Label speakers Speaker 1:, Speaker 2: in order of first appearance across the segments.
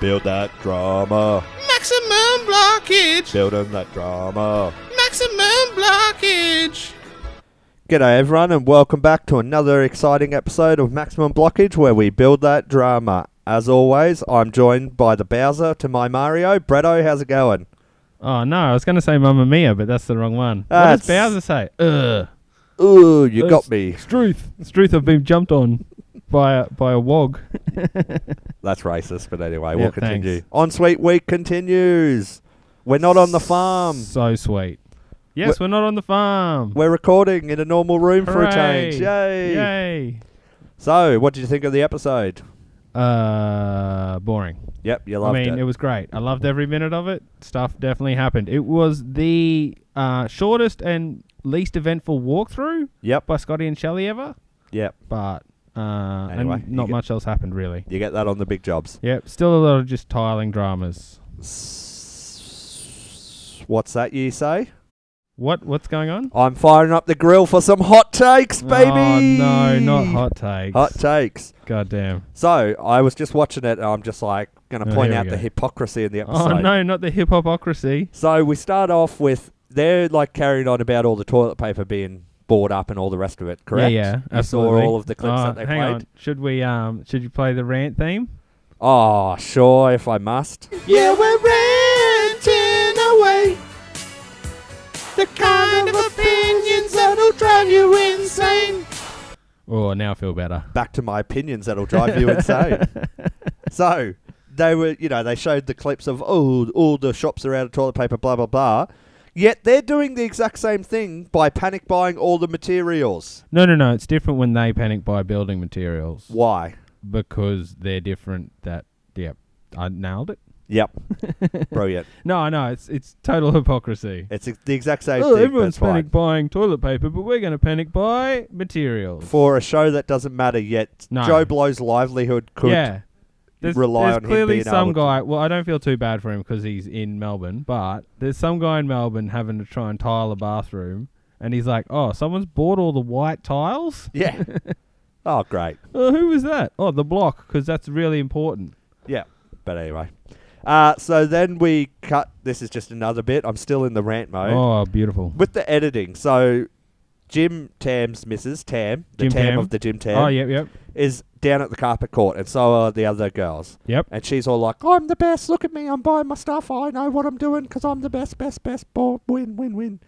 Speaker 1: Build that drama.
Speaker 2: Maximum blockage.
Speaker 1: Build on that drama.
Speaker 2: Maximum blockage.
Speaker 1: G'day, everyone, and welcome back to another exciting episode of Maximum Blockage where we build that drama. As always, I'm joined by the Bowser to my Mario. Bretto, how's it going?
Speaker 3: Oh no, I was going to say Mamma Mia, but that's the wrong one.
Speaker 1: Ah, That's-
Speaker 3: what does Bowser say? Ugh.
Speaker 1: Ooh, you
Speaker 3: It's-
Speaker 1: got me.
Speaker 3: Struth. Struth, I've been jumped on by a, by a wog.
Speaker 1: That's racist, but anyway,
Speaker 3: Yeah,
Speaker 1: we'll continue.
Speaker 3: thanks.
Speaker 1: On Sweet Week continues. We're not on the farm.
Speaker 3: So sweet. Yes, we're, not on the farm.
Speaker 1: We're recording in a normal room for a
Speaker 3: Hooray.
Speaker 1: change. Yay.
Speaker 3: Yay.
Speaker 1: So, what did you think of the episode?
Speaker 3: Uh, boring.
Speaker 1: Yep, you
Speaker 3: I
Speaker 1: loved
Speaker 3: mean, it.
Speaker 1: it.
Speaker 3: was great. I loved every minute of it. Stuff definitely happened. It was the uh, shortest and least eventful walkthrough
Speaker 1: Yep,
Speaker 3: by Scotty and Shelley ever,
Speaker 1: yep.
Speaker 3: but uh, and
Speaker 1: Anyway, you
Speaker 3: not
Speaker 1: get-
Speaker 3: much else happened really.
Speaker 1: You get that on the big jobs.
Speaker 3: Yep, still a lot of just tiling dramas.
Speaker 1: S- What's that you say?
Speaker 3: What what's going on?
Speaker 1: I'm firing up the grill for some hot takes, baby.
Speaker 3: Oh no, not hot takes.
Speaker 1: Hot takes.
Speaker 3: God damn.
Speaker 1: So I was just watching it, and I'm just like going to
Speaker 3: Oh,
Speaker 1: point
Speaker 3: here
Speaker 1: out
Speaker 3: we
Speaker 1: the
Speaker 3: go.
Speaker 1: hypocrisy in the episode.
Speaker 3: Oh no, not the hip hopocracy.
Speaker 1: So we start off with they're like carrying on about all the toilet paper being bought up and all the rest of it. Correct?
Speaker 3: Yeah, yeah.
Speaker 1: You
Speaker 3: absolutely.
Speaker 1: saw all of the clips
Speaker 3: Oh,
Speaker 1: that they
Speaker 3: hang
Speaker 1: played.
Speaker 3: On. Should we um should you play the rant theme?
Speaker 1: Oh, sure, if I must.
Speaker 2: Yeah, we're ranting away. The kind of opinions that'll drive you insane.
Speaker 3: Oh, now I feel better.
Speaker 1: back to my opinions that'll drive you insane. so they were, you know, they showed the clips of oh, all the shops are out of toilet paper, blah blah blah. Yet they're doing the exact same thing by panic buying all the materials.
Speaker 3: No, no, no. It's different when they panic buy building materials
Speaker 1: Why?
Speaker 3: because they're different. That yep, I nailed it.
Speaker 1: Yep, brilliant.
Speaker 3: No, no. It's it's total hypocrisy.
Speaker 1: It's ex- the exact same
Speaker 3: Oh,
Speaker 1: thing.
Speaker 3: everyone's
Speaker 1: but it's fine.
Speaker 3: panic buying toilet paper, but we're going to panic buy materials.
Speaker 1: for a show that doesn't matter yet.
Speaker 3: No.
Speaker 1: Joe Blow's livelihood could.
Speaker 3: yeah.
Speaker 1: rely
Speaker 3: there's
Speaker 1: on him
Speaker 3: clearly
Speaker 1: being
Speaker 3: some
Speaker 1: able to-
Speaker 3: guy. Well, I don't feel too bad for him because he's in Melbourne, but there's some guy in Melbourne having to try and tile a bathroom, and he's like, "Oh, someone's bought all the white tiles.
Speaker 1: Yeah. oh, great.
Speaker 3: Uh, who was that? Oh, the block, because that's really important."
Speaker 1: Yeah. But anyway. Uh, so then we cut. This is just another bit. I'm still in the rant mode.
Speaker 3: Oh, beautiful.
Speaker 1: with the editing, so Jim Tam's Mrs. Tam, the
Speaker 3: Jim
Speaker 1: Tam,
Speaker 3: Tam.
Speaker 1: of the Jim Tam,
Speaker 3: Oh, yep, yep,
Speaker 1: is down at the carpet court, and so are the other girls.
Speaker 3: yep.
Speaker 1: And she's all like, "I'm the best. Look at me. I'm buying my stuff. I know what I'm doing because I'm the best, best, best. Bo- Win, win, win."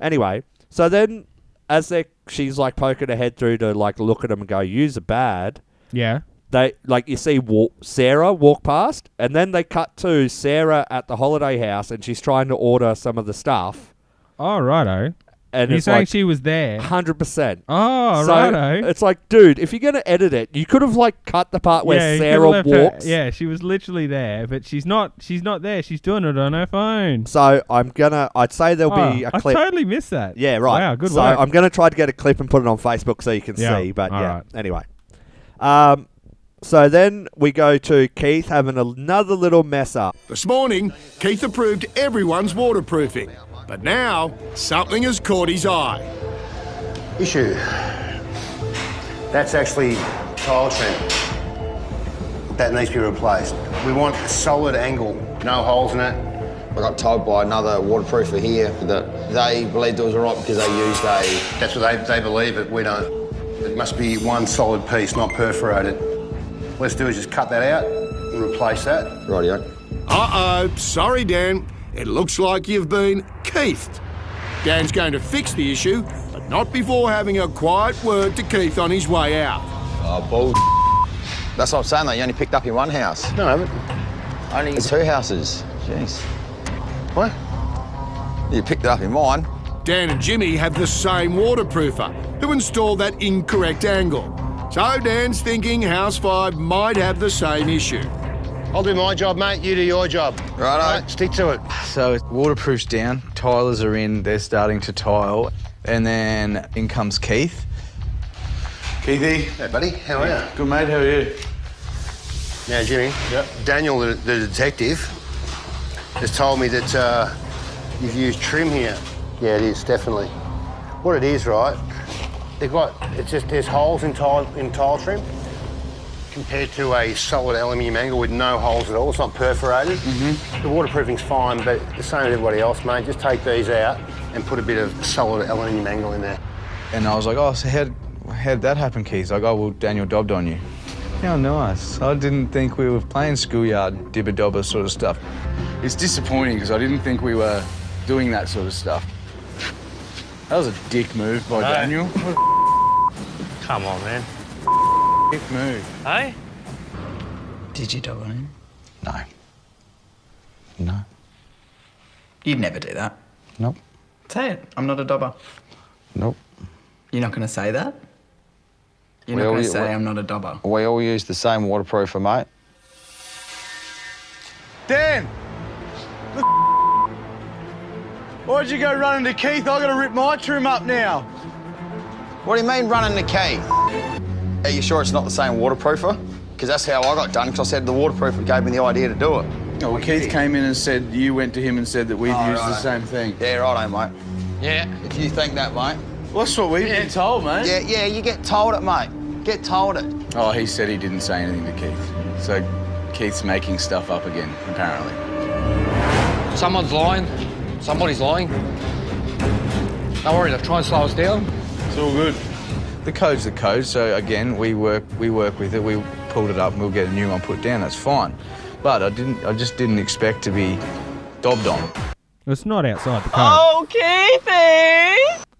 Speaker 1: Anyway, so then as they, she's like poking her head through to like look at them and go, "Yous are bad."
Speaker 3: Yeah.
Speaker 1: They like you see wa- Sarah walk past, and then they cut to Sarah at the holiday house, and she's trying to order some of the stuff.
Speaker 3: Oh, righto.
Speaker 1: And
Speaker 3: You're
Speaker 1: it's
Speaker 3: saying
Speaker 1: like
Speaker 3: she was there?
Speaker 1: hundred percent.
Speaker 3: Oh,
Speaker 1: so
Speaker 3: righto.
Speaker 1: it's like, dude, if you're gonna edit it, you could have like cut the part where
Speaker 3: Yeah, you could've
Speaker 1: Sarah
Speaker 3: left her-
Speaker 1: walks.
Speaker 3: yeah, she was literally there, but she's not. She's not there. She's doing it on her phone.
Speaker 1: So I'm gonna. I'd say there'll be
Speaker 3: Oh,
Speaker 1: a clip.
Speaker 3: I totally missed that.
Speaker 1: yeah, right.
Speaker 3: Wow, good
Speaker 1: so
Speaker 3: work.
Speaker 1: I'm gonna try to get a clip and put it on Facebook so you can
Speaker 3: Yeah,
Speaker 1: see. But
Speaker 3: all
Speaker 1: yeah.
Speaker 3: right.
Speaker 1: Anyway, um, so then we go to Keith having another little mess up.
Speaker 4: This morning, Keith approved everyone's waterproofing. But now, something has caught his eye.
Speaker 5: issue. That's actually tile trim. That needs to be replaced. We want a solid angle, no holes in it.
Speaker 6: I got told by another waterproofer here that they believed it was alright because they used a
Speaker 5: That's what they, they believe, but we don't. It must be one solid piece, not perforated. Let's do is just cut that out and replace that.
Speaker 6: radio.
Speaker 4: Uh oh, sorry, Dan. It looks like you've been Keithed. Dan's going to fix the issue, but not before having a quiet word to Keith on his way out.
Speaker 6: Oh bull. That's what I'm saying though. You only picked up in one house.
Speaker 5: No, but
Speaker 6: Only in two houses. Jeez.
Speaker 5: what?
Speaker 6: You picked it up in mine.
Speaker 4: Dan and Jimmy have the same waterproofer who installed that incorrect angle. So Dan's thinking House 5 might have the same issue.
Speaker 5: I'll do my job, mate. You do your job.
Speaker 6: Righto.
Speaker 5: Right, stick to it.
Speaker 7: So waterproof's down, tilers are in, they're starting to tile, and then in comes Keith. Keithy.
Speaker 5: Hey, buddy, how are you?
Speaker 7: Good mate, how are you?
Speaker 5: Now, Jimmy, Daniel, the, the detective, has told me that uh, you've used trim here. Yeah, it is definitely. What it is, right? They got it's just there's holes in tile in tile trim, compared to a solid aluminium angle with no holes at all. It's not perforated. Mm-hmm. The waterproofing's fine, but the same as everybody else, mate. Just take these out and put a bit of solid aluminium angle in there.
Speaker 7: And I was like, oh, so how how'd that happen, Keith? He's Like, oh, well, Daniel dobbed on you. How nice. I didn't think we were playing schoolyard dibba dobber sort of stuff. It's disappointing because I didn't think we were doing that sort of stuff. That was a dick move by Daniel. What
Speaker 8: Come on, man.
Speaker 7: a dick move.
Speaker 8: Hey?
Speaker 9: Did you double him?
Speaker 6: No. No.
Speaker 9: You'd never do that.
Speaker 6: Nope.
Speaker 9: Say it. I'm not a dobber.
Speaker 6: Nope.
Speaker 9: You're not going to say that? You're
Speaker 6: We
Speaker 9: not going
Speaker 6: always-
Speaker 9: to say
Speaker 6: we-
Speaker 9: I'm not a dobber.
Speaker 6: We all use the same waterproofer, mate.
Speaker 7: Dan! the Why'd you go running to Keith? I gotta rip my trim up now.
Speaker 6: What do you mean running the key? Are you sure it's not the same waterproofer? Because that's how I got done, because I said the waterproofer gave me the idea to do it.
Speaker 7: Oh, well, Keith came in and said you went to him and said that we'd used the
Speaker 6: Oh, right.
Speaker 7: same thing.
Speaker 6: Yeah, righto, mate. Yeah. If you think that, mate.
Speaker 7: Well, that's what we've been told, mate.
Speaker 6: Yeah, yeah, you get told it, mate. Get told it.
Speaker 7: Oh, he said he didn't say anything to Keith. So Keith's making stuff up again, apparently.
Speaker 10: Someone's lying. Somebody's lying. Don't worry, they're trying to slow us down.
Speaker 7: It's all good. The code's the code, so again, we work we work with it. We pulled it up, and we'll get a new one put down. That's fine. But I didn't. I just didn't expect to be dobbed on.
Speaker 3: It's not outside the code.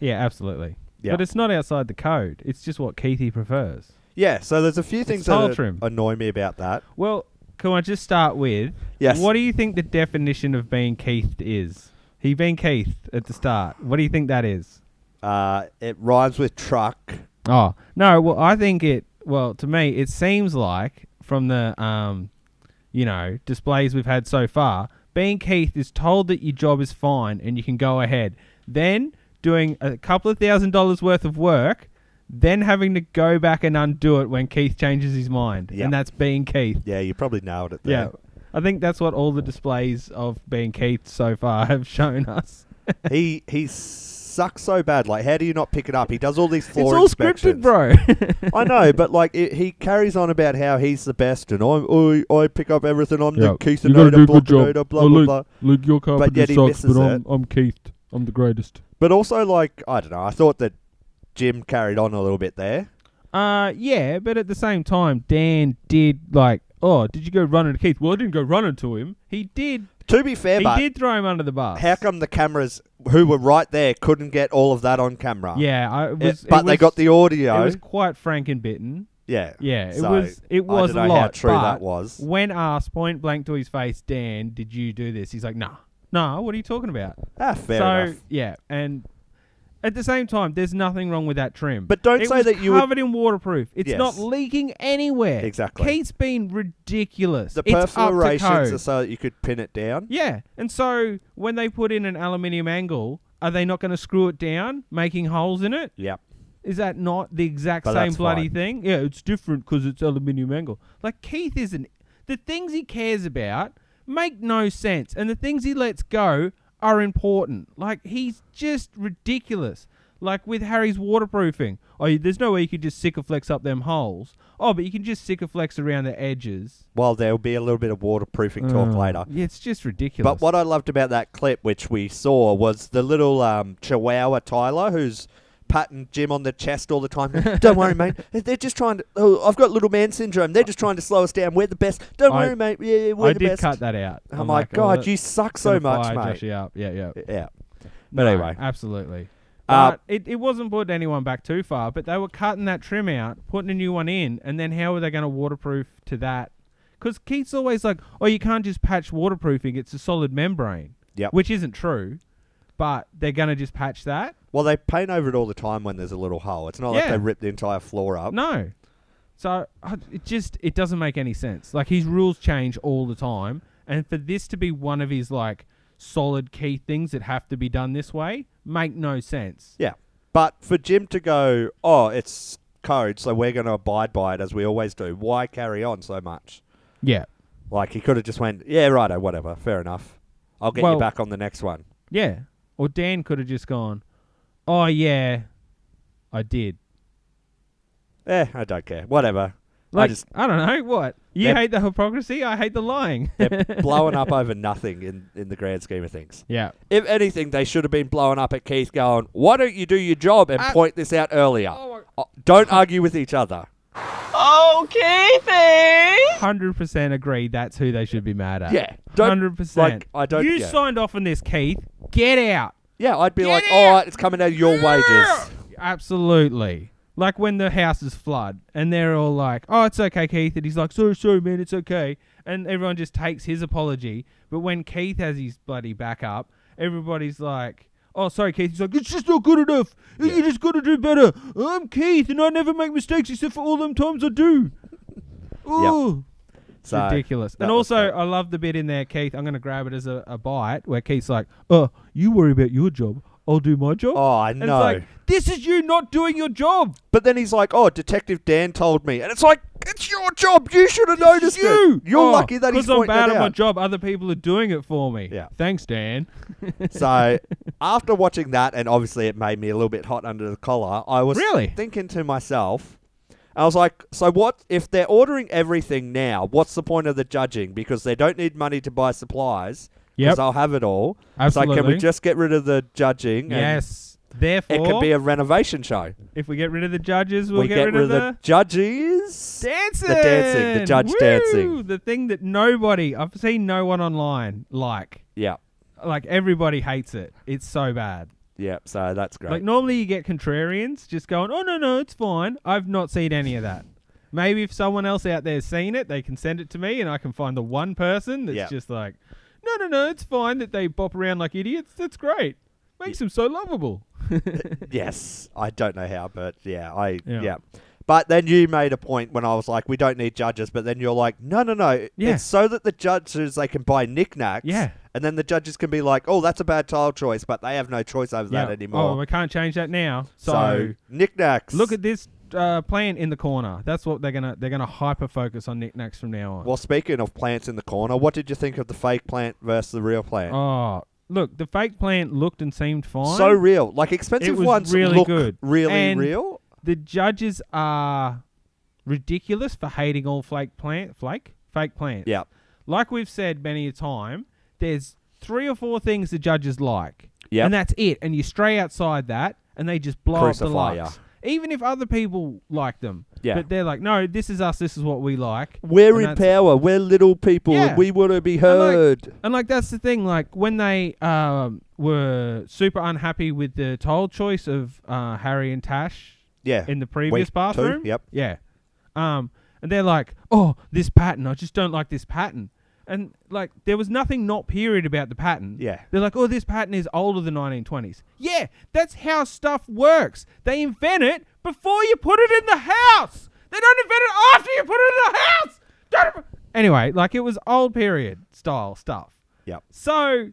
Speaker 3: Yeah, absolutely.
Speaker 1: Yeah.
Speaker 3: But it's not outside the code. It's just what Keithy prefers.
Speaker 1: Yeah, so there's a few things
Speaker 3: tile
Speaker 1: that
Speaker 3: trim.
Speaker 1: annoy me about that.
Speaker 3: Well, can I just start with
Speaker 1: Yes.
Speaker 3: what do you think the definition of being Keithed is? He been Keithed at the start. What do you think that is?
Speaker 1: Uh, it rhymes with truck.
Speaker 3: Oh no! Well, I think it. Well, to me, it seems like from the um, you know, displays we've had so far, being Keith is told that your job is fine and you can go ahead. Then doing a couple of thousand dollars worth of work, then having to go back and undo it when Keith changes his mind,
Speaker 1: Yeah.
Speaker 3: and that's being Keith.
Speaker 1: Yeah, you probably nailed it
Speaker 3: Yeah.
Speaker 1: there.
Speaker 3: I think that's what all the displays of being Keith so far have shown us.
Speaker 1: he he sucks so bad. Like, how do you not pick it up? He does all these
Speaker 3: it's
Speaker 1: floor
Speaker 3: all
Speaker 1: inspections.
Speaker 3: scripted, bro.
Speaker 1: I know, but like it, he carries on about how he's the best, and I'm I, I pick up everything. I'm the Keith Blockinator, blah blah blah.
Speaker 10: Luke, your
Speaker 1: carpenter yet he sucks, but misses I'm- it.
Speaker 10: I'm Keith. I'm the greatest.
Speaker 1: But also, like I don't know. I thought that Jim carried on a little bit there.
Speaker 3: Uh, yeah, but at the same time, Dan did like, oh, did you go running to Keith? Well, I didn't go running to him. He did.
Speaker 1: To be fair, but
Speaker 3: he did throw him under the bus.
Speaker 1: how come the cameras who were right there couldn't get all of that on camera?
Speaker 3: Yeah, I it
Speaker 1: It-
Speaker 3: was.
Speaker 1: Eh, but
Speaker 3: it
Speaker 1: they
Speaker 3: was-
Speaker 1: got the audio.
Speaker 3: It was quite frankenbitten.
Speaker 1: yeah,
Speaker 3: Yeah, it
Speaker 1: So,
Speaker 3: was. It was
Speaker 1: I don't
Speaker 3: a
Speaker 1: know
Speaker 3: lot.
Speaker 1: how true
Speaker 3: but
Speaker 1: that was.
Speaker 3: When asked point blank to his face, Dan, did you do this? He's like, nah, nah. What are you talking about?
Speaker 1: Ah, fair
Speaker 3: so
Speaker 1: enough.
Speaker 3: yeah, and at the same time, there's nothing wrong with that trim.
Speaker 1: But don't
Speaker 3: It
Speaker 1: say
Speaker 3: was
Speaker 1: that you would-
Speaker 3: covered in waterproof. It's not
Speaker 1: Yes.
Speaker 3: leaking anywhere.
Speaker 1: Exactly.
Speaker 3: Keith's been ridiculous.
Speaker 1: The
Speaker 3: it's up to
Speaker 1: perforations are
Speaker 3: code.
Speaker 1: so that you could pin it down.
Speaker 3: Yeah, and so when they put in an aluminium angle, are they not going to screw it down, making holes in it?
Speaker 1: Yep.
Speaker 3: Is that not the exact
Speaker 1: But
Speaker 3: same
Speaker 1: that's
Speaker 3: bloody
Speaker 1: fine.
Speaker 3: thing? Yeah, it's different because it's aluminium angle. Like Keith isn't. The things he cares about make no sense, and the things he lets go are important. Like he's just ridiculous. Like with Harry's waterproofing. Oh, you- there's no way you could just flex up them holes. Oh, but you can just flex around the edges.
Speaker 1: Well, there'll be a little bit of waterproofing talk later.
Speaker 3: Yeah, it's just ridiculous.
Speaker 1: But what I loved about that clip, which we saw, was the little um, Chihuahua Tyler, who's patting Jim on the chest all the time. Don't worry, mate. They're just trying to. Oh, I've got little man syndrome. They're just trying to slow us down. We're the best. Don't
Speaker 3: I-
Speaker 1: worry, mate. Yeah, yeah, we're
Speaker 3: I
Speaker 1: the
Speaker 3: did
Speaker 1: best.
Speaker 3: cut that out.
Speaker 1: Oh
Speaker 3: I'm
Speaker 1: my
Speaker 3: like,
Speaker 1: god,
Speaker 3: that-
Speaker 1: you suck so
Speaker 3: gonna
Speaker 1: much,
Speaker 3: fire
Speaker 1: mate.
Speaker 3: Joshy up. Yeah, yeah.
Speaker 1: Yeah. But
Speaker 3: No,
Speaker 1: anyway,
Speaker 3: Absolutely.
Speaker 1: Uh,
Speaker 3: But it, it wasn't putting anyone back too far, but they were cutting that trim out, putting a new one in, and then how were they going to waterproof to that? Because Keith's always like, oh, you can't just patch waterproofing, it's a solid membrane.
Speaker 1: Yep.
Speaker 3: Which isn't true, but they're going to just patch that?
Speaker 1: well, they paint over it all the time when there's a little hole. It's not like
Speaker 3: Yeah.
Speaker 1: they rip the entire floor up.
Speaker 3: No. So I- it just it doesn't make any sense. Like his rules change all the time, and for this to be one of his like solid key things that have to be done this way make no sense.
Speaker 1: Yeah. But for Jim to go, oh, it's code, so we're going to abide by it as we always do. Why carry on so much?
Speaker 3: Yeah.
Speaker 1: Like he could have just went, yeah, righto, whatever, fair enough. I'll get
Speaker 3: Well-
Speaker 1: you back on the next one.
Speaker 3: Yeah. Or Dan could have just gone, "Oh yeah, I did."
Speaker 1: Eh, I don't care, whatever.
Speaker 3: Like,
Speaker 1: I just
Speaker 3: I don't know what you
Speaker 1: They're-
Speaker 3: hate the hypocrisy. I hate the lying.
Speaker 1: they're blowing up over nothing in, in the grand scheme of things.
Speaker 3: yeah,
Speaker 1: If anything, they should have been blowing up at Keith, going, "Why don't you do your job and
Speaker 3: I-
Speaker 1: point this out earlier?
Speaker 3: Ah. Oh
Speaker 1: Uh, don't argue with each other."
Speaker 3: hundred percent agree. That's who they should be mad at.
Speaker 1: Yeah, don't-
Speaker 3: hundred percent.
Speaker 1: like, I don't-
Speaker 3: You
Speaker 1: yeah.
Speaker 3: signed off on this, Keith. Get out.
Speaker 1: Yeah, I'd be like, "All right, it's coming out of your wages."
Speaker 3: Absolutely. Like when the houses flood and they're all like, "Oh, it's okay, Keith," and he's like, "Sorry, sorry, man, it's okay," and everyone just takes his apology. But when Keith has his bloody back up, everybody's like, "Oh, sorry, Keith." He's like, "It's just not good enough. You just got to do better." I'm Keith, and I never make mistakes except for all them times I do. Ooh. It's
Speaker 1: So,
Speaker 3: ridiculous.
Speaker 1: that
Speaker 3: And
Speaker 1: was
Speaker 3: also,
Speaker 1: great.
Speaker 3: I love the bit in there, Keith. I'm going to grab it as a, a bite where Keith's like, "Oh, you worry about your job. I'll do my job."
Speaker 1: Oh, I
Speaker 3: And it's
Speaker 1: know.
Speaker 3: like, this is you not doing your job.
Speaker 1: but then he's like, "Oh, Detective Dan told me," and it's like, "It's your job. You should have noticed
Speaker 3: You.
Speaker 1: it. You're lucky that he's
Speaker 3: because I'm
Speaker 1: pointing
Speaker 3: bad
Speaker 1: it
Speaker 3: at my
Speaker 1: out."
Speaker 3: job. Other people are doing it for me.
Speaker 1: Yeah.
Speaker 3: Thanks, Dan.
Speaker 1: so after watching that, and obviously it made me a little bit hot under the collar, I was
Speaker 3: Really?
Speaker 1: thinking to myself, I was like, so what if they're ordering everything now? What's the point of the judging? Because they don't need money to buy supplies.
Speaker 3: Yep.
Speaker 1: Because I'll have it all. So can we
Speaker 3: Absolutely.
Speaker 1: just get rid of the judging? And
Speaker 3: yes. Therefore,
Speaker 1: it could be a renovation show.
Speaker 3: if we get rid of the judges, we'll
Speaker 1: we get, rid of the judges.
Speaker 3: dancing.
Speaker 1: dancing, the judge
Speaker 3: Woo!
Speaker 1: dancing.
Speaker 3: The thing that nobody, I've seen no one online like.
Speaker 1: Yeah.
Speaker 3: Like everybody hates it. It's so bad.
Speaker 1: Yeah. So that's great.
Speaker 3: Like normally you get contrarians just going, "Oh no, no, it's fine." I've not seen any of that. Maybe if someone else out there's seen it, they can send it to me, and I can find the one person that's
Speaker 1: Yeah.
Speaker 3: just like, "No, no, no, it's fine that they bop around like idiots. That's great. Makes them so lovable."
Speaker 1: Yes, I don't know how, but yeah, I yeah.
Speaker 3: Yeah.
Speaker 1: But then you made a point when I was like, we don't need judges. But then you're like, no, no, no.
Speaker 3: Yeah.
Speaker 1: It's so that the judges they can buy knickknacks.
Speaker 3: Yeah.
Speaker 1: And then the judges can be like, oh, that's a bad tile choice, but they have no choice over that
Speaker 3: Yeah.
Speaker 1: anymore.
Speaker 3: Oh, we can't change that now.
Speaker 1: so,
Speaker 3: So,
Speaker 1: knickknacks.
Speaker 3: look at this uh, plant in the corner. That's what they're gonna they're gonna hyper focus on knickknacks from now on.
Speaker 1: Well, speaking of plants in the corner, what did you think of the fake plant versus the real plant?
Speaker 3: Oh, look, the fake plant looked and seemed fine.
Speaker 1: so real, like expensive
Speaker 3: Oh, It was
Speaker 1: ones
Speaker 3: really
Speaker 1: look
Speaker 3: good.
Speaker 1: really
Speaker 3: And
Speaker 1: real.
Speaker 3: the judges are ridiculous for hating all flake plant flake fake plants.
Speaker 1: Yeah.
Speaker 3: Like we've said many a time, there's three or four things the judges like.
Speaker 1: Yep.
Speaker 3: And that's it. And you stray outside that and they just blow
Speaker 1: Crucify
Speaker 3: up the
Speaker 1: ya.
Speaker 3: likes. Even if other people like them.
Speaker 1: Yeah.
Speaker 3: But they're like, no, this is us, this is what we like.
Speaker 1: We're
Speaker 3: And
Speaker 1: in
Speaker 3: that's-
Speaker 1: power. We're little people,
Speaker 3: Yeah.
Speaker 1: and we want to be
Speaker 3: and like-
Speaker 1: heard.
Speaker 3: And like, that's the thing, like when they um, were super unhappy with the toll choice of uh, Harry and Tash
Speaker 1: yeah.
Speaker 3: in the previous
Speaker 1: Week two,
Speaker 3: bathroom.
Speaker 1: Yep.
Speaker 3: Yeah. Um, and they're like, oh, this pattern, I just don't like this pattern. And like, there was nothing not period about the pattern.
Speaker 1: Yeah.
Speaker 3: They're like, oh, this pattern is older than 1920s. Yeah, that's how stuff works. They invent it before you put it in the house. They don't invent it after you put it in the house. Don't... Anyway, like it was old period style stuff.
Speaker 1: Yep.
Speaker 3: So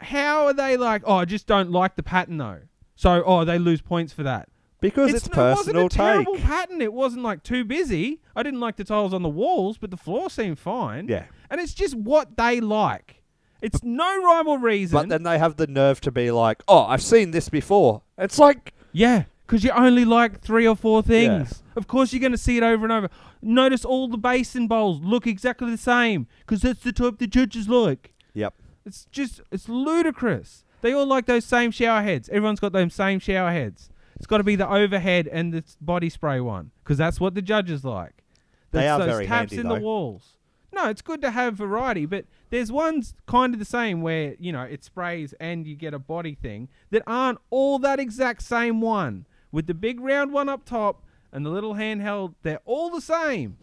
Speaker 3: how are they like, oh, I just don't like the pattern though. So, oh, they lose points for that.
Speaker 1: Because it's,
Speaker 3: no-
Speaker 1: personal
Speaker 3: It wasn't a terrible
Speaker 1: take.
Speaker 3: pattern. It wasn't like too busy. I didn't like the tiles on the walls, but the floor seemed fine.
Speaker 1: Yeah.
Speaker 3: and it's just what they like. It's no rhyme or reason.
Speaker 1: But then they have the nerve to be like, "Oh, I've seen this before." It's like,
Speaker 3: yeah, because you only like three or four things. Of course, you're going to see it over and over. Notice all the basin bowls look exactly the same because that's the type the judges like.
Speaker 1: yep,
Speaker 3: It's just it's ludicrous. They all like those same shower heads. Everyone's got those same shower heads. It's got to be the overhead and the s- body spray one because that's what the judges like.
Speaker 1: They
Speaker 3: That's
Speaker 1: are
Speaker 3: those
Speaker 1: very
Speaker 3: tabs
Speaker 1: handy,
Speaker 3: in
Speaker 1: though.
Speaker 3: the walls. No, it's good to have variety, but there's ones kind of the same where you know it sprays and you get a body thing that aren't all that exact same one with the big round one up top and the little handheld. They're all the same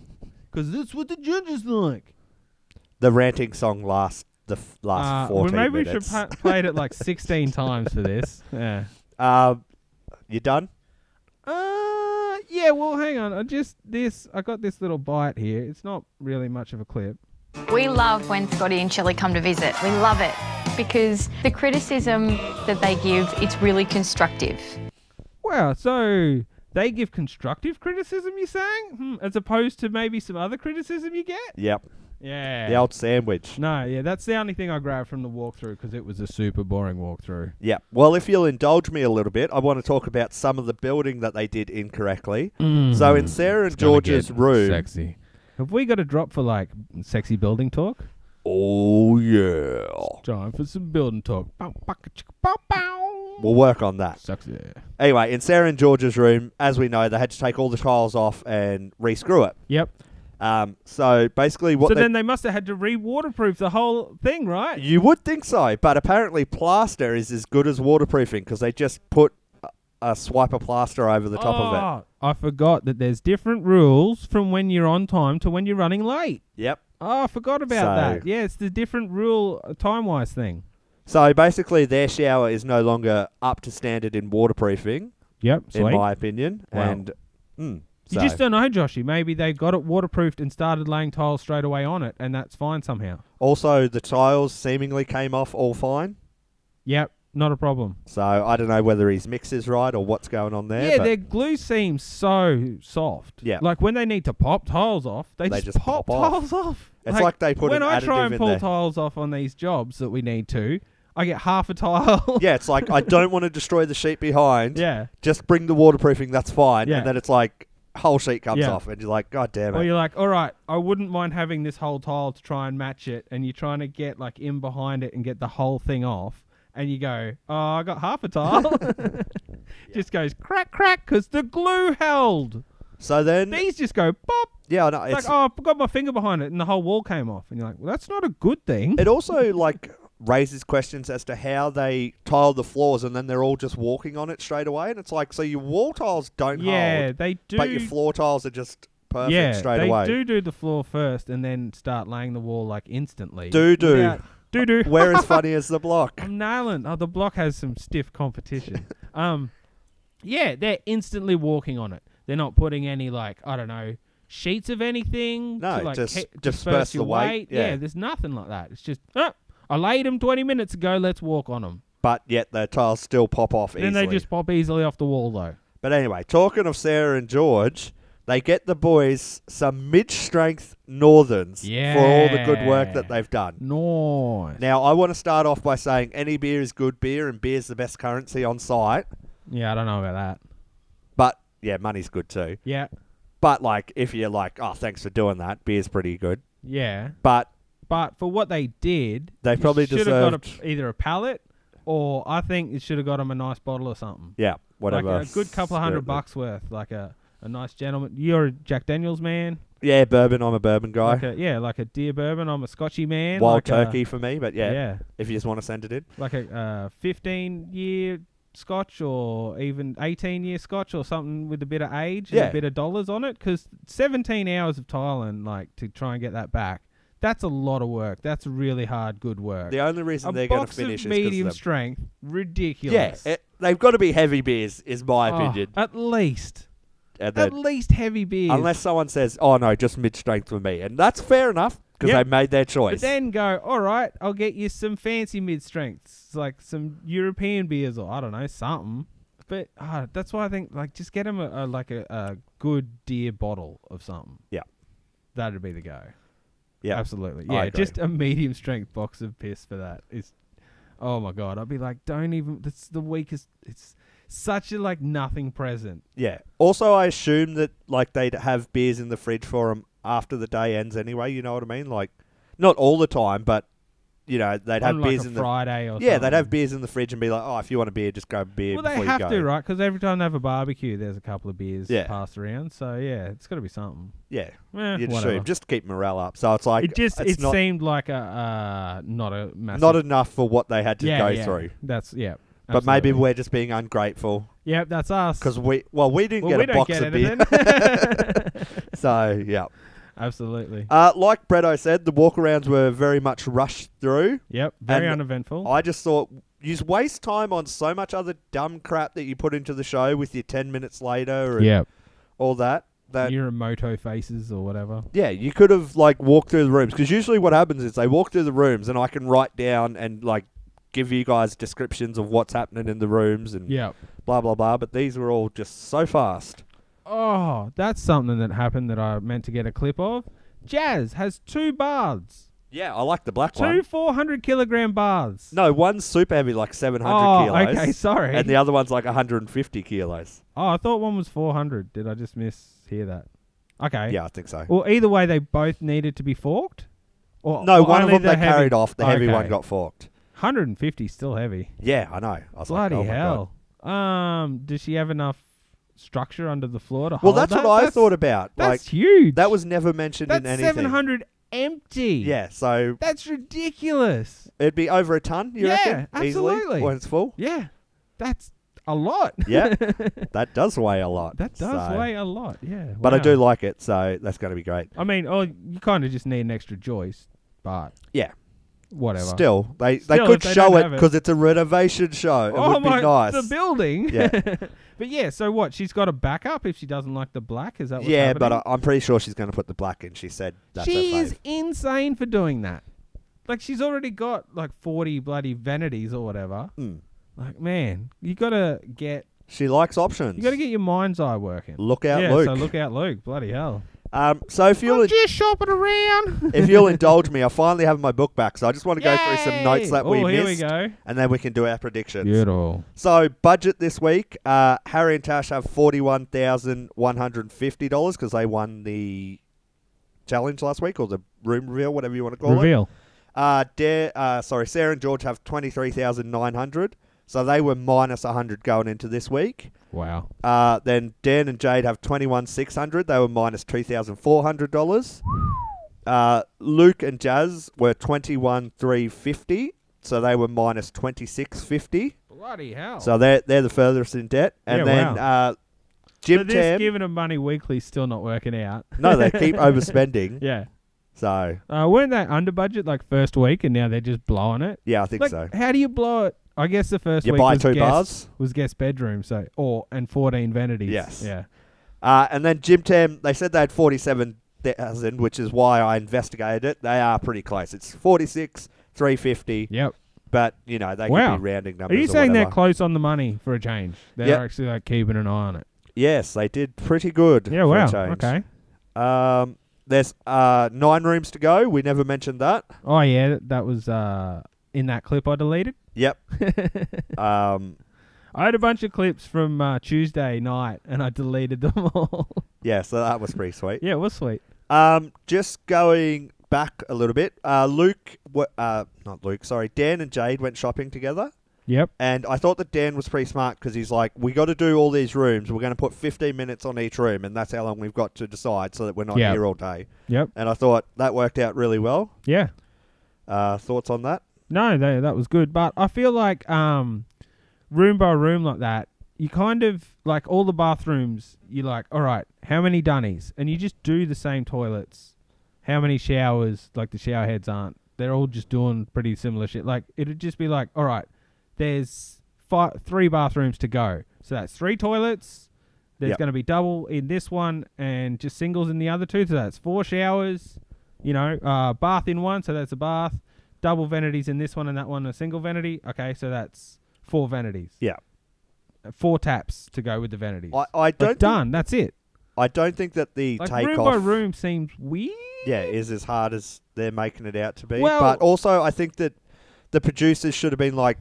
Speaker 3: because that's what the judges like.
Speaker 1: the ranting song lasts the f- last
Speaker 3: Uh, well,
Speaker 1: fourteen
Speaker 3: maybe we
Speaker 1: minutes.
Speaker 3: should pa- played it like 16 times for this. Yeah.
Speaker 1: um, you done?
Speaker 3: Uh, yeah. Well, hang on. I just this. I got this little bite here. It's not really much of a clip.
Speaker 11: We love when Scotty and Shelley come to visit. We love it because the criticism that they give, it's really constructive.
Speaker 3: Wow. So they give constructive criticism. You saying, hmm, as opposed to maybe some other criticism you get?
Speaker 1: Yep.
Speaker 3: Yeah.
Speaker 1: The old sandwich.
Speaker 3: No, yeah, that's the only thing I grabbed from the walkthrough because it was a super boring walkthrough.
Speaker 1: Yeah. Well, if you'll indulge me a little bit, I want to talk about some of the building that they did incorrectly.
Speaker 3: Mm.
Speaker 1: So in Sarah and
Speaker 3: It's gonna
Speaker 1: George's
Speaker 3: get
Speaker 1: room.
Speaker 3: Sexy. Have we got a drop for like sexy building talk?
Speaker 1: Oh yeah.
Speaker 3: Time for some building talk. Bow, bow, chicka, bow, bow.
Speaker 1: We'll work on that.
Speaker 3: Sexy.
Speaker 1: Anyway, in Sarah and George's room, as we know, they had to take all the tiles off and re-screw it.
Speaker 3: Yep.
Speaker 1: Um, so basically, what
Speaker 3: so
Speaker 1: they-
Speaker 3: then they must have had to re-waterproof the whole thing, right?
Speaker 1: you would think so, but apparently plaster is as good as waterproofing because they just put a, a swipe of plaster over the top of
Speaker 3: Oh, I forgot that there's different rules from when you're on time to when you're running late.
Speaker 1: it. Yep.
Speaker 3: Oh, I forgot
Speaker 1: So-
Speaker 3: about that. Yeah, it's the different rule uh, time-wise thing.
Speaker 1: So basically, their shower is no longer up to standard in waterproofing,
Speaker 3: Yep,
Speaker 1: in
Speaker 3: sweet.
Speaker 1: my opinion.
Speaker 3: Wow.
Speaker 1: And mm,
Speaker 3: You
Speaker 1: so,
Speaker 3: just don't know, Joshy. Maybe they got it waterproofed and started laying tiles straight away on it, and that's fine somehow.
Speaker 1: also the tiles seemingly came off all fine.
Speaker 3: Yep, not a problem.
Speaker 1: So I don't know whether his mix is right or what's going on there.
Speaker 3: yeah,
Speaker 1: but
Speaker 3: their glue seems so soft.
Speaker 1: Yeah.
Speaker 3: Like when they need to pop tiles off, they,
Speaker 1: They
Speaker 3: just,
Speaker 1: just
Speaker 3: pop,
Speaker 1: pop off.
Speaker 3: tiles off.
Speaker 1: It's like they put
Speaker 3: When
Speaker 1: an
Speaker 3: I try
Speaker 1: additive
Speaker 3: and
Speaker 1: in
Speaker 3: pull
Speaker 1: there.
Speaker 3: tiles off on these jobs that we need to, I get half a tile.
Speaker 1: yeah, it's like I don't want to destroy the sheet behind.
Speaker 3: Yeah.
Speaker 1: just bring the waterproofing. That's fine.
Speaker 3: Yeah.
Speaker 1: And then it's like whole sheet comes
Speaker 3: Yeah. Oh,
Speaker 1: off, and you're like, God damn it.
Speaker 3: Or you're like, all right, I wouldn't mind having this whole tile to try and match it, and you're trying to get like in behind it and get the whole thing off, and you go, oh, I got half a tile. Just goes crack crack because the glue held.
Speaker 1: so then,
Speaker 3: These just go pop.
Speaker 1: yeah, I know,
Speaker 3: It's
Speaker 1: it's
Speaker 3: like, oh, I got my finger behind it, and the whole wall came off, and you're like, well, that's not a good thing.
Speaker 1: it also like raises questions as to how they tile the floors, and then they're all just walking on it straight away. And it's like, so your wall tiles don't
Speaker 3: yeah,
Speaker 1: hold,
Speaker 3: they do.
Speaker 1: but your floor tiles are just perfect
Speaker 3: yeah,
Speaker 1: straight
Speaker 3: they
Speaker 1: away.
Speaker 3: do do the floor first, and then start laying the wall like instantly.
Speaker 1: do do. Uh,
Speaker 3: without- do do.
Speaker 1: Where as funny as the block?
Speaker 3: I'm nailing. Oh, the block has some stiff competition. um, yeah, they're instantly walking on it. They're not putting any like I don't know sheets of anything.
Speaker 1: No,
Speaker 3: to, like,
Speaker 1: just
Speaker 3: ca-
Speaker 1: disperse
Speaker 3: your
Speaker 1: the weight,
Speaker 3: Yeah.
Speaker 1: yeah.
Speaker 3: there's nothing like that. It's just oh, I laid them 20 minutes ago. Let's walk on them.
Speaker 1: But yet the tiles still pop off
Speaker 3: Then
Speaker 1: easily.
Speaker 3: they just pop easily off the wall though.
Speaker 1: But anyway, talking of Sarah and George, they get the boys some mid-strength Northerns for all the good work that
Speaker 3: Yeah.
Speaker 1: they've done.
Speaker 3: Nice.
Speaker 1: Now, I want to start off by saying any beer is good beer and beer's the best currency on site.
Speaker 3: Yeah, I don't know about that.
Speaker 1: But yeah, money's good too.
Speaker 3: Yeah,
Speaker 1: But like if you're like, "Oh, thanks for doing that. Beer's pretty good."
Speaker 3: yeah.
Speaker 1: But
Speaker 3: But for what they did,
Speaker 1: They
Speaker 3: you
Speaker 1: probably
Speaker 3: should have got
Speaker 1: deserved-
Speaker 3: a, either a pallet or I think it should have got them a nice bottle or something.
Speaker 1: yeah, whatever.
Speaker 3: Like a good couple of hundred
Speaker 1: Spirit-
Speaker 3: bucks worth, like a, a nice gentleman. You're a Jack Daniels man.
Speaker 1: Yeah, bourbon, I'm a bourbon guy.
Speaker 3: Like a, yeah, like a deer bourbon. I'm a Scotchy man.
Speaker 1: Wild
Speaker 3: like a-
Speaker 1: turkey for me, but yeah,
Speaker 3: yeah.
Speaker 1: If you just want to send it in.
Speaker 3: like a uh, 15 year Scotch or even 18 year Scotch or something with a bit of age and
Speaker 1: Yeah.
Speaker 3: a bit of dollars on it. Because 17 hours of tiling, like to try and get that back, that's a lot of work. That's really hard, good work.
Speaker 1: The only reason
Speaker 3: a
Speaker 1: they're going to
Speaker 3: box
Speaker 1: finish
Speaker 3: of
Speaker 1: is 'cause
Speaker 3: medium
Speaker 1: of them.
Speaker 3: strength,
Speaker 1: Yeah,
Speaker 3: ridiculous.
Speaker 1: it, they've got to be heavy beers, is my
Speaker 3: Oh,
Speaker 1: opinion.
Speaker 3: at least,
Speaker 1: And
Speaker 3: at
Speaker 1: then-
Speaker 3: least heavy beers.
Speaker 1: unless someone says, "Oh no, just mid strength for me," and that's fair enough because
Speaker 3: Yep.
Speaker 1: they made their
Speaker 3: But
Speaker 1: choice.
Speaker 3: then go, all right, I'll get you some fancy mid strengths, like some European beers or I don't know something. But uh, that's why I think like just get him a, a like a, a good dear bottle of something.
Speaker 1: yeah,
Speaker 3: That'd be the go.
Speaker 1: yeah,
Speaker 3: Absolutely.
Speaker 1: I
Speaker 3: Yeah,
Speaker 1: agree.
Speaker 3: just a medium strength box of piss for that is. Oh my god, I'd be like, don't even. That's the weakest. It's such a like nothing present.
Speaker 1: yeah. Also, I assume that like they'd have beers in the fridge for them after the day ends anyway. You know what I mean? Like, not all the time, but you know they'd have
Speaker 3: on
Speaker 1: beers
Speaker 3: like a
Speaker 1: in the
Speaker 3: Friday or
Speaker 1: yeah they'd
Speaker 3: something.
Speaker 1: have beers in the fridge and be like, "Oh, if you want a beer, just grab a beer."
Speaker 3: Well,
Speaker 1: before
Speaker 3: they have
Speaker 1: you go.
Speaker 3: to, right? Because every time they have a barbecue, there's a couple of beers
Speaker 1: Yeah.
Speaker 3: passed around. So yeah, it's got to be something.
Speaker 1: Yeah,
Speaker 3: Eh,
Speaker 1: you'd
Speaker 3: whatever.
Speaker 1: assume just to keep morale up. So it's like
Speaker 3: it just
Speaker 1: it's
Speaker 3: it
Speaker 1: not
Speaker 3: seemed like a uh, not a massive
Speaker 1: not enough for what they had to
Speaker 3: yeah,
Speaker 1: go
Speaker 3: yeah.
Speaker 1: through.
Speaker 3: That's yeah.
Speaker 1: But maybe
Speaker 3: absolutely.
Speaker 1: we're just being ungrateful
Speaker 3: yep, that's us.
Speaker 1: because we well we didn't get
Speaker 3: Well, we
Speaker 1: a
Speaker 3: don't
Speaker 1: box
Speaker 3: get
Speaker 1: of beer.
Speaker 3: anything.
Speaker 1: so yeah.
Speaker 3: absolutely.
Speaker 1: Uh, like Bretto said, the walkarounds were very much rushed through.
Speaker 3: Yep, very
Speaker 1: and
Speaker 3: uneventful.
Speaker 1: I just thought you waste time on so much other dumb crap that you put into the show with your ten minutes later and
Speaker 3: yep,
Speaker 1: all that. That
Speaker 3: Muramoto faces or whatever.
Speaker 1: yeah, you could have like walked through the rooms because usually what happens is they walk through the rooms and I can write down and like give you guys descriptions of what's happening in the rooms and
Speaker 3: Yep.
Speaker 1: blah blah blah. But these were all just so fast.
Speaker 3: Oh, that's something that happened that I meant to get a clip of. Jazz has two baths.
Speaker 1: Yeah, I like the black
Speaker 3: Two
Speaker 1: one.
Speaker 3: 400 kilogram baths.
Speaker 1: No, one's super heavy, like 700
Speaker 3: Oh,
Speaker 1: kilos.
Speaker 3: okay, sorry.
Speaker 1: And the other one's like 150 kilos.
Speaker 3: Oh, I thought one was 400. Did I just mishear that? Okay.
Speaker 1: Yeah, I think so.
Speaker 3: Well, either way, they both needed to be forked? Or,
Speaker 1: No,
Speaker 3: or
Speaker 1: one of
Speaker 3: only
Speaker 1: them
Speaker 3: the
Speaker 1: they
Speaker 3: heavy-
Speaker 1: carried off. The heavy one
Speaker 3: Okay.
Speaker 1: got forked.
Speaker 3: 150 is still heavy.
Speaker 1: Yeah, I know. I was like,
Speaker 3: Bloody
Speaker 1: oh my God.
Speaker 3: hell. Um, does she have enough structure under the floor to
Speaker 1: Well,
Speaker 3: hold
Speaker 1: that's
Speaker 3: Oh, that?
Speaker 1: what I thought about.
Speaker 3: that's
Speaker 1: like,
Speaker 3: huge.
Speaker 1: That was never mentioned in
Speaker 3: That's
Speaker 1: anything.
Speaker 3: 700 empty.
Speaker 1: Yeah, so
Speaker 3: That's ridiculous.
Speaker 1: it'd be over a ton, you
Speaker 3: yeah,
Speaker 1: reckon?
Speaker 3: absolutely.
Speaker 1: Easily, when it's full?
Speaker 3: Yeah, that's a lot.
Speaker 1: Yeah. that does weigh a lot.
Speaker 3: that does
Speaker 1: so-
Speaker 3: weigh a lot. Yeah,
Speaker 1: But I
Speaker 3: wow.
Speaker 1: do like it, so that's going to be great.
Speaker 3: I mean, oh, you kind of just need an extra joist, but
Speaker 1: Yeah.
Speaker 3: whatever.
Speaker 1: Still, they, they
Speaker 3: Still,
Speaker 1: could
Speaker 3: if they
Speaker 1: show
Speaker 3: don't
Speaker 1: it
Speaker 3: have it-
Speaker 1: because it's a renovation show. It
Speaker 3: oh
Speaker 1: would be
Speaker 3: my,
Speaker 1: nice.
Speaker 3: the building.
Speaker 1: Yeah.
Speaker 3: but yeah, so what? She's got a backup if she doesn't like the black. Is that what's
Speaker 1: yeah,
Speaker 3: happening?
Speaker 1: but I, I'm pretty sure she's going to put the black in. She said that's her
Speaker 3: she is
Speaker 1: fave.
Speaker 3: insane for doing that. Like she's already got like forty bloody vanities or whatever.
Speaker 1: Mm.
Speaker 3: Like man, you gotta get
Speaker 1: She likes options.
Speaker 3: you gotta get your mind's eye working.
Speaker 1: Look out,
Speaker 3: yeah,
Speaker 1: Luke.
Speaker 3: So look out, Luke. Bloody hell.
Speaker 1: um, so if you'll
Speaker 3: just shopping around.
Speaker 1: if you'll indulge me, I finally have my book back, so I just want to go through some notes that
Speaker 3: Oh,
Speaker 1: we
Speaker 3: here we
Speaker 1: missed,
Speaker 3: go.
Speaker 1: and then we can do our predictions.
Speaker 3: Beautiful.
Speaker 1: So budget this week, uh, Harry and Tash have forty-one thousand one hundred fifty dollars because they won the challenge last week or the room reveal, whatever you want to call it.
Speaker 3: Reveal.
Speaker 1: Uh, Dare, uh, sorry, Sarah and George have twenty-three thousand nine hundred, so they were minus hundred going into this week.
Speaker 3: Wow.
Speaker 1: Uh, then Dan and Jade have twenty one six hundred. They were minus two thousand four hundred dollars. Uh, Luke and Jazz were twenty one three fifty, so they were minus twenty six fifty.
Speaker 3: Bloody hell.
Speaker 1: So they're they're the furthest in debt. And
Speaker 3: Oh. Yeah,
Speaker 1: then uh, Jim
Speaker 3: so this
Speaker 1: Tam,
Speaker 3: giving them money weekly is still not working out.
Speaker 1: no, they keep overspending.
Speaker 3: Yeah.
Speaker 1: So
Speaker 3: Uh, weren't they under budget like first week and now they're just blowing it?
Speaker 1: yeah, I think
Speaker 3: like,
Speaker 1: so.
Speaker 3: How do you blow it? I guess the first
Speaker 1: You
Speaker 3: week
Speaker 1: buy
Speaker 3: was
Speaker 1: two
Speaker 3: guest,
Speaker 1: bars?
Speaker 3: was guest bedroom, so or and fourteen vanities.
Speaker 1: Yes.
Speaker 3: Yeah.
Speaker 1: Uh, and then Jim Tam, they said they had 47,000, which is why I investigated it. They are pretty close. It's 46, 350.
Speaker 3: Yep.
Speaker 1: But, you know, they
Speaker 3: wow.
Speaker 1: could be rounding
Speaker 3: Are
Speaker 1: numbers.
Speaker 3: you
Speaker 1: or
Speaker 3: saying they're
Speaker 1: whatever.
Speaker 3: close on the money for a change? They're
Speaker 1: Yep.
Speaker 3: actually like keeping an eye on it.
Speaker 1: Yes, they did pretty good.
Speaker 3: Yeah.
Speaker 1: for a
Speaker 3: Wow.
Speaker 1: change.
Speaker 3: Okay.
Speaker 1: Um, there's uh, nine rooms to go. We never mentioned that.
Speaker 3: Oh yeah, th- that was uh, in that clip I deleted.
Speaker 1: Yep. um,
Speaker 3: I had a bunch of clips from uh, Tuesday night and I deleted them all.
Speaker 1: yeah, so that was pretty sweet.
Speaker 3: yeah, it was sweet.
Speaker 1: Um, just going back a little bit, uh, Luke, w- uh, not Luke, sorry, Dan and Jade went shopping together.
Speaker 3: Yep.
Speaker 1: And I thought that Dan was pretty smart because he's like, we got to do all these rooms. We're going to put 15 minutes on each room, and that's how long we've got to decide so that we're not
Speaker 3: Yeah.
Speaker 1: here all day.
Speaker 3: Yep.
Speaker 1: And I thought that worked out really well.
Speaker 3: Yeah.
Speaker 1: Uh, thoughts on that?
Speaker 3: No, that that was good, but I feel like um, room by room like that, you kind of like all the bathrooms. You're like, all right, how many dunnies? And you just do the same toilets. How many showers? Like the shower heads aren't. They're all just doing pretty similar shit. Like it'd just be like, all right, there's five, three bathrooms to go, so that's three toilets. There's
Speaker 1: Yep.
Speaker 3: going to be double in this one and just singles in the other two, so that's four showers. You know, uh, bath in one, so that's a bath double vanities in this one and that one, a single vanity. Okay, so that's four vanities.
Speaker 1: Yeah.
Speaker 3: Uh, Four taps to go with the vanities.
Speaker 1: I, I
Speaker 3: But
Speaker 1: don't
Speaker 3: done. That's it.
Speaker 1: Think, I don't think that the
Speaker 3: Like
Speaker 1: takeoff
Speaker 3: room by room seems weird.
Speaker 1: yeah, is as hard as they're making it out to be.
Speaker 3: Well-
Speaker 1: but also, I think that the producers should have been like,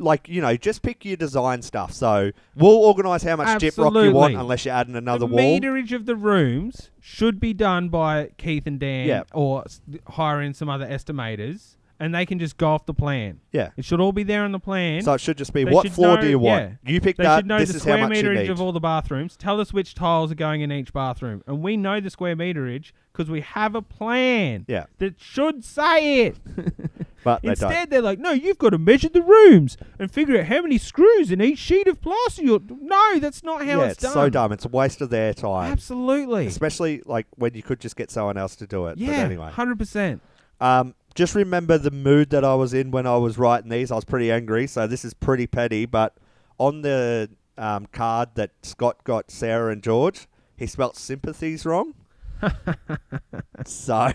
Speaker 1: like you know, just pick your design stuff. So we'll organise how much jip rock you want,
Speaker 3: Absolutely.
Speaker 1: unless you're adding another
Speaker 3: the
Speaker 1: wall.
Speaker 3: meterage of the rooms should be done by Keith and Dan
Speaker 1: Yeah.
Speaker 3: or s- hiring some other estimators, and they can just go off the plan.
Speaker 1: Yeah.
Speaker 3: It should all be there on the plan.
Speaker 1: So it should just be
Speaker 3: They
Speaker 1: what
Speaker 3: should
Speaker 1: floor
Speaker 3: know-
Speaker 1: do you want?
Speaker 3: yeah.
Speaker 1: You pick
Speaker 3: They
Speaker 1: that.
Speaker 3: should know
Speaker 1: This
Speaker 3: the
Speaker 1: is how
Speaker 3: square
Speaker 1: much you
Speaker 3: meterage
Speaker 1: need.
Speaker 3: of all the bathrooms. Tell us which tiles are going in each bathroom, and we know the square meterage because we have a plan.
Speaker 1: Yeah.
Speaker 3: that should say it.
Speaker 1: But they
Speaker 3: Instead,
Speaker 1: don't.
Speaker 3: they're like, no, you've got to measure the rooms and figure out how many screws in each sheet of plaster. You're... No, that's not how
Speaker 1: yeah,
Speaker 3: it's,
Speaker 1: it's
Speaker 3: done.
Speaker 1: so dumb. It's a waste of their time.
Speaker 3: Absolutely.
Speaker 1: Especially like when you could just get someone else to do it.
Speaker 3: Yeah,
Speaker 1: But anyway,
Speaker 3: hundred percent.
Speaker 1: um, just remember the mood that I was in when I was writing these. I was pretty angry, so this is pretty petty. But on the um, card that Scott got Sarah and George, he spelt sympathies wrong. so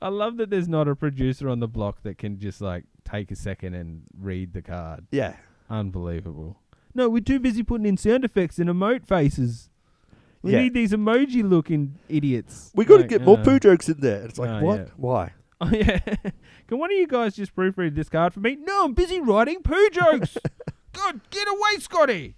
Speaker 3: I love that there's not a producer on the block that can just like take a second and read the card.
Speaker 1: yeah,
Speaker 3: Unbelievable. No, we're too busy putting in sound effects and emote faces. We
Speaker 1: Yeah.
Speaker 3: need these emoji looking idiots.
Speaker 1: We got to
Speaker 3: Like,
Speaker 1: get more
Speaker 3: uh,
Speaker 1: poo jokes in there. It's like,
Speaker 3: uh,
Speaker 1: what?
Speaker 3: yeah.
Speaker 1: Why?
Speaker 3: Oh yeah. Can one of you guys just proofread this card for me? No, I'm busy writing poo jokes. God, get away, Scotty.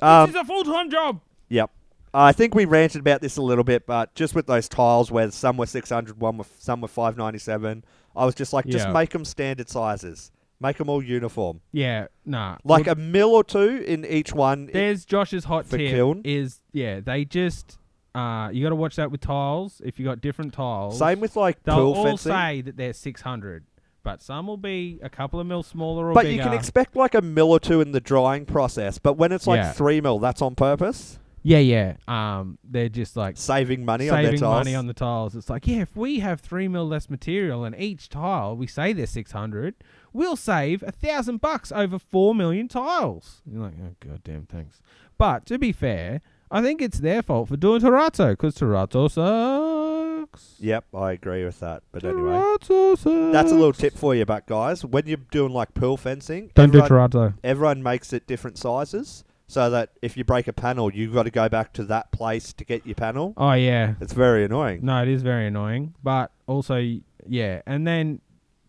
Speaker 1: Um,
Speaker 3: this is a full time job.
Speaker 1: Yep. I think we ranted about this a little bit, but just with those tiles where some were 600, one were, some were 597, I was just like, just
Speaker 3: Yeah.
Speaker 1: make them standard sizes. Make them all uniform.
Speaker 3: Yeah, nah.
Speaker 1: Like a mil or two in each one.
Speaker 3: There's Josh's hot
Speaker 1: for
Speaker 3: tip
Speaker 1: Kiln.
Speaker 3: is yeah, they just uh you got to watch that with tiles. If you got different tiles,
Speaker 1: Same with, like,
Speaker 3: they'll
Speaker 1: pool
Speaker 3: all
Speaker 1: fencing.
Speaker 3: say that they're six hundred, but some will be a couple of mil smaller or
Speaker 1: But
Speaker 3: bigger.
Speaker 1: you can expect like a mil or two in the drawing process. But when it's like
Speaker 3: Yeah.
Speaker 1: three mil, that's on purpose.
Speaker 3: yeah, yeah. Um, they're just like
Speaker 1: Saving money on
Speaker 3: saving
Speaker 1: their tiles.
Speaker 3: money on the tiles. It's like yeah, if we have three mil less material and each tile we say they're six hundred, we'll save a thousand bucks over four million tiles. You're like, oh goddamn, thanks. But to be fair, I think it's their fault for doing Toronto because Toronto sucks.
Speaker 1: Yep, I agree with that. But anyway,
Speaker 3: Toronto sucks.
Speaker 1: that's a little tip for you, but guys, when you're doing like pool fencing,
Speaker 3: Don't do Toronto.
Speaker 1: Everyone makes it different sizes so that if you break a panel, you've got to go back to that place to get your panel.
Speaker 3: Oh yeah,
Speaker 1: It's very annoying.
Speaker 3: no, it is very annoying, but also y- yeah, and then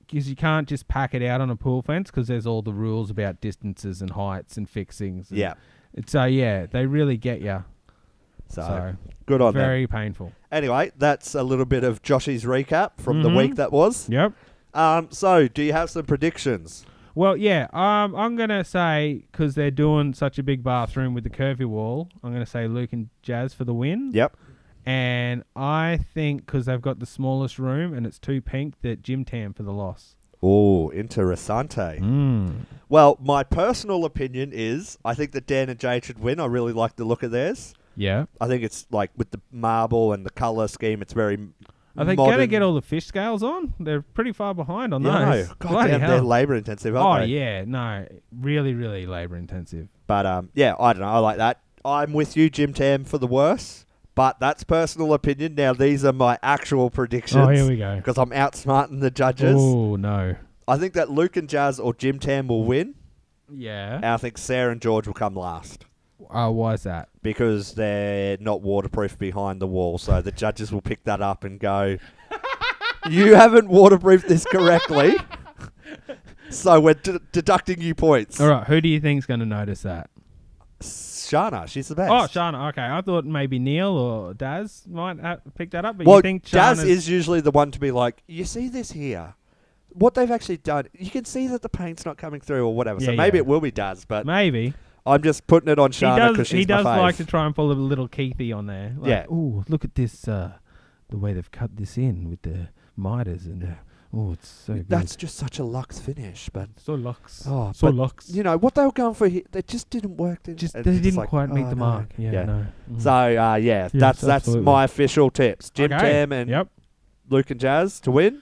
Speaker 3: because you can't just pack it out on a pool fence because there's all the rules about distances and heights and fixings. and-
Speaker 1: Yeah.
Speaker 3: and So yeah, they really get you.
Speaker 1: So, good on them.
Speaker 3: Very painful.
Speaker 1: Anyway, that's a little bit of Joshy's recap from the
Speaker 3: Mhm.
Speaker 1: week that was.
Speaker 3: Yep.
Speaker 1: Um, so, do you have some predictions?
Speaker 3: Well, yeah, um, I'm gonna say because they're doing such a big bathroom with the curvy wall, I'm gonna say Luke and Jazz for the win.
Speaker 1: Yep.
Speaker 3: And I think because they've got the smallest room and it's too pink, that Jim Tam for the loss.
Speaker 1: Oh, interessante.
Speaker 3: Hmm.
Speaker 1: Well, my personal opinion is I think that Dan and Jade should win. I really like the look of theirs.
Speaker 3: Yeah.
Speaker 1: I think it's like with the marble and the color scheme, it's very.
Speaker 3: Are they
Speaker 1: modern.
Speaker 3: gonna get all the fish scales on? They're pretty far behind on
Speaker 1: Yeah, I
Speaker 3: those.
Speaker 1: know. God
Speaker 3: Bloody
Speaker 1: damn,
Speaker 3: hell.
Speaker 1: they're labor intensive, aren't
Speaker 3: oh
Speaker 1: they?
Speaker 3: yeah, no, really, really labor intensive.
Speaker 1: But um, yeah, I don't know. I like that. I'm with you, Jim Tam, for the worse. But that's personal opinion. Now these are my actual predictions.
Speaker 3: Oh, here we go.
Speaker 1: Because I'm outsmarting the judges.
Speaker 3: Oh no.
Speaker 1: I think that Luke and Jazz or Jim Tam will win.
Speaker 3: Yeah.
Speaker 1: And I think Sarah and George will come last
Speaker 3: Uh, why is that?
Speaker 1: because they're not waterproof behind the wall. So the judges will pick that up and go, "You haven't waterproofed this correctly." so we're d- deducting you points.
Speaker 3: All right, who do you think's gonna notice that?
Speaker 1: Shana, she's the best.
Speaker 3: Oh, Shana. Okay, I thought maybe Neil or Daz might ha- pick that up, but
Speaker 1: well,
Speaker 3: you think
Speaker 1: Jazz
Speaker 3: Shana's-
Speaker 1: is usually the one to be like, you see this here. What they've actually done, you can see that the paint's not coming through or whatever. so
Speaker 3: Yeah,
Speaker 1: maybe
Speaker 3: yeah.
Speaker 1: it will be Daz, but
Speaker 3: maybe
Speaker 1: I'm just putting it on
Speaker 3: he
Speaker 1: Shana because
Speaker 3: does.
Speaker 1: she's
Speaker 3: He does
Speaker 1: my fave.
Speaker 3: like to try and pull a little Keithy on there. Like,
Speaker 1: Yeah.
Speaker 3: Ooh, look at this. Uh, the way they've cut this in with the miters and the, oh, it's so good.
Speaker 1: That's just such a luxe finish, but
Speaker 3: so luxe.
Speaker 1: oh,
Speaker 3: so
Speaker 1: but,
Speaker 3: luxe.
Speaker 1: You know what they were going for? Here, they just didn't work. Didn't
Speaker 3: Just
Speaker 1: and
Speaker 3: they
Speaker 1: it's
Speaker 3: didn't
Speaker 1: like,
Speaker 3: quite make
Speaker 1: oh,
Speaker 3: the
Speaker 1: no.
Speaker 3: mark. Yeah.
Speaker 1: Yeah.
Speaker 3: No. Mm.
Speaker 1: So uh, yeah, that's that's
Speaker 3: absolutely.
Speaker 1: my official tips. Jim
Speaker 3: Okay.
Speaker 1: Tam and
Speaker 3: Yep.
Speaker 1: Luke and Jazz to win,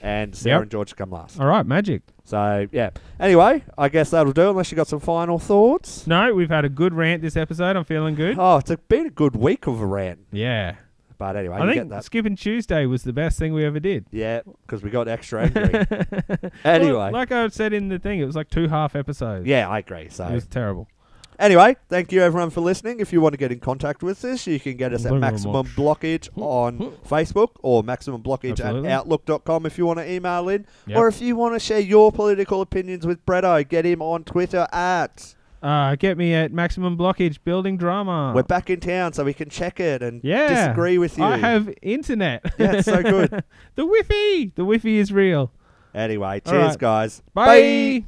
Speaker 1: and Sarah
Speaker 3: Yep.
Speaker 1: and George to come last.
Speaker 3: All right, magic.
Speaker 1: So yeah. Anyway, I guess that'll do. Unless you got some final thoughts.
Speaker 3: No, we've had a good rant this episode. I'm feeling good.
Speaker 1: Oh, it's a, been a good week of a rant.
Speaker 3: Yeah.
Speaker 1: But anyway,
Speaker 3: I
Speaker 1: you
Speaker 3: think
Speaker 1: get that.
Speaker 3: skipping Tuesday was the best thing we ever did.
Speaker 1: Yeah, because we got extra angry. anyway,
Speaker 3: Well, like I said in the thing, it was like two half episodes.
Speaker 1: yeah, I agree.
Speaker 3: It
Speaker 1: So
Speaker 3: was terrible.
Speaker 1: anyway, thank you everyone for listening. If you want to get in contact with us, you can get us at
Speaker 3: Very
Speaker 1: Maximum
Speaker 3: much.
Speaker 1: Blockage on Facebook or Maximum Blockage at
Speaker 3: Absolutely.
Speaker 1: Outlook.com if you want to email in.
Speaker 3: Yep.
Speaker 1: Or if you want to share your political opinions with Bretto, get him on Twitter at.
Speaker 3: Uh, get me at maximum blockage building drama.
Speaker 1: We're back in town so we can check it and
Speaker 3: yeah,
Speaker 1: disagree with you.
Speaker 3: I have internet.
Speaker 1: Yeah, it's so good.
Speaker 3: the Wi-Fi, the Wi-Fi is real.
Speaker 1: Anyway,
Speaker 3: All
Speaker 1: cheers,
Speaker 3: right.
Speaker 1: guys.
Speaker 3: Bye.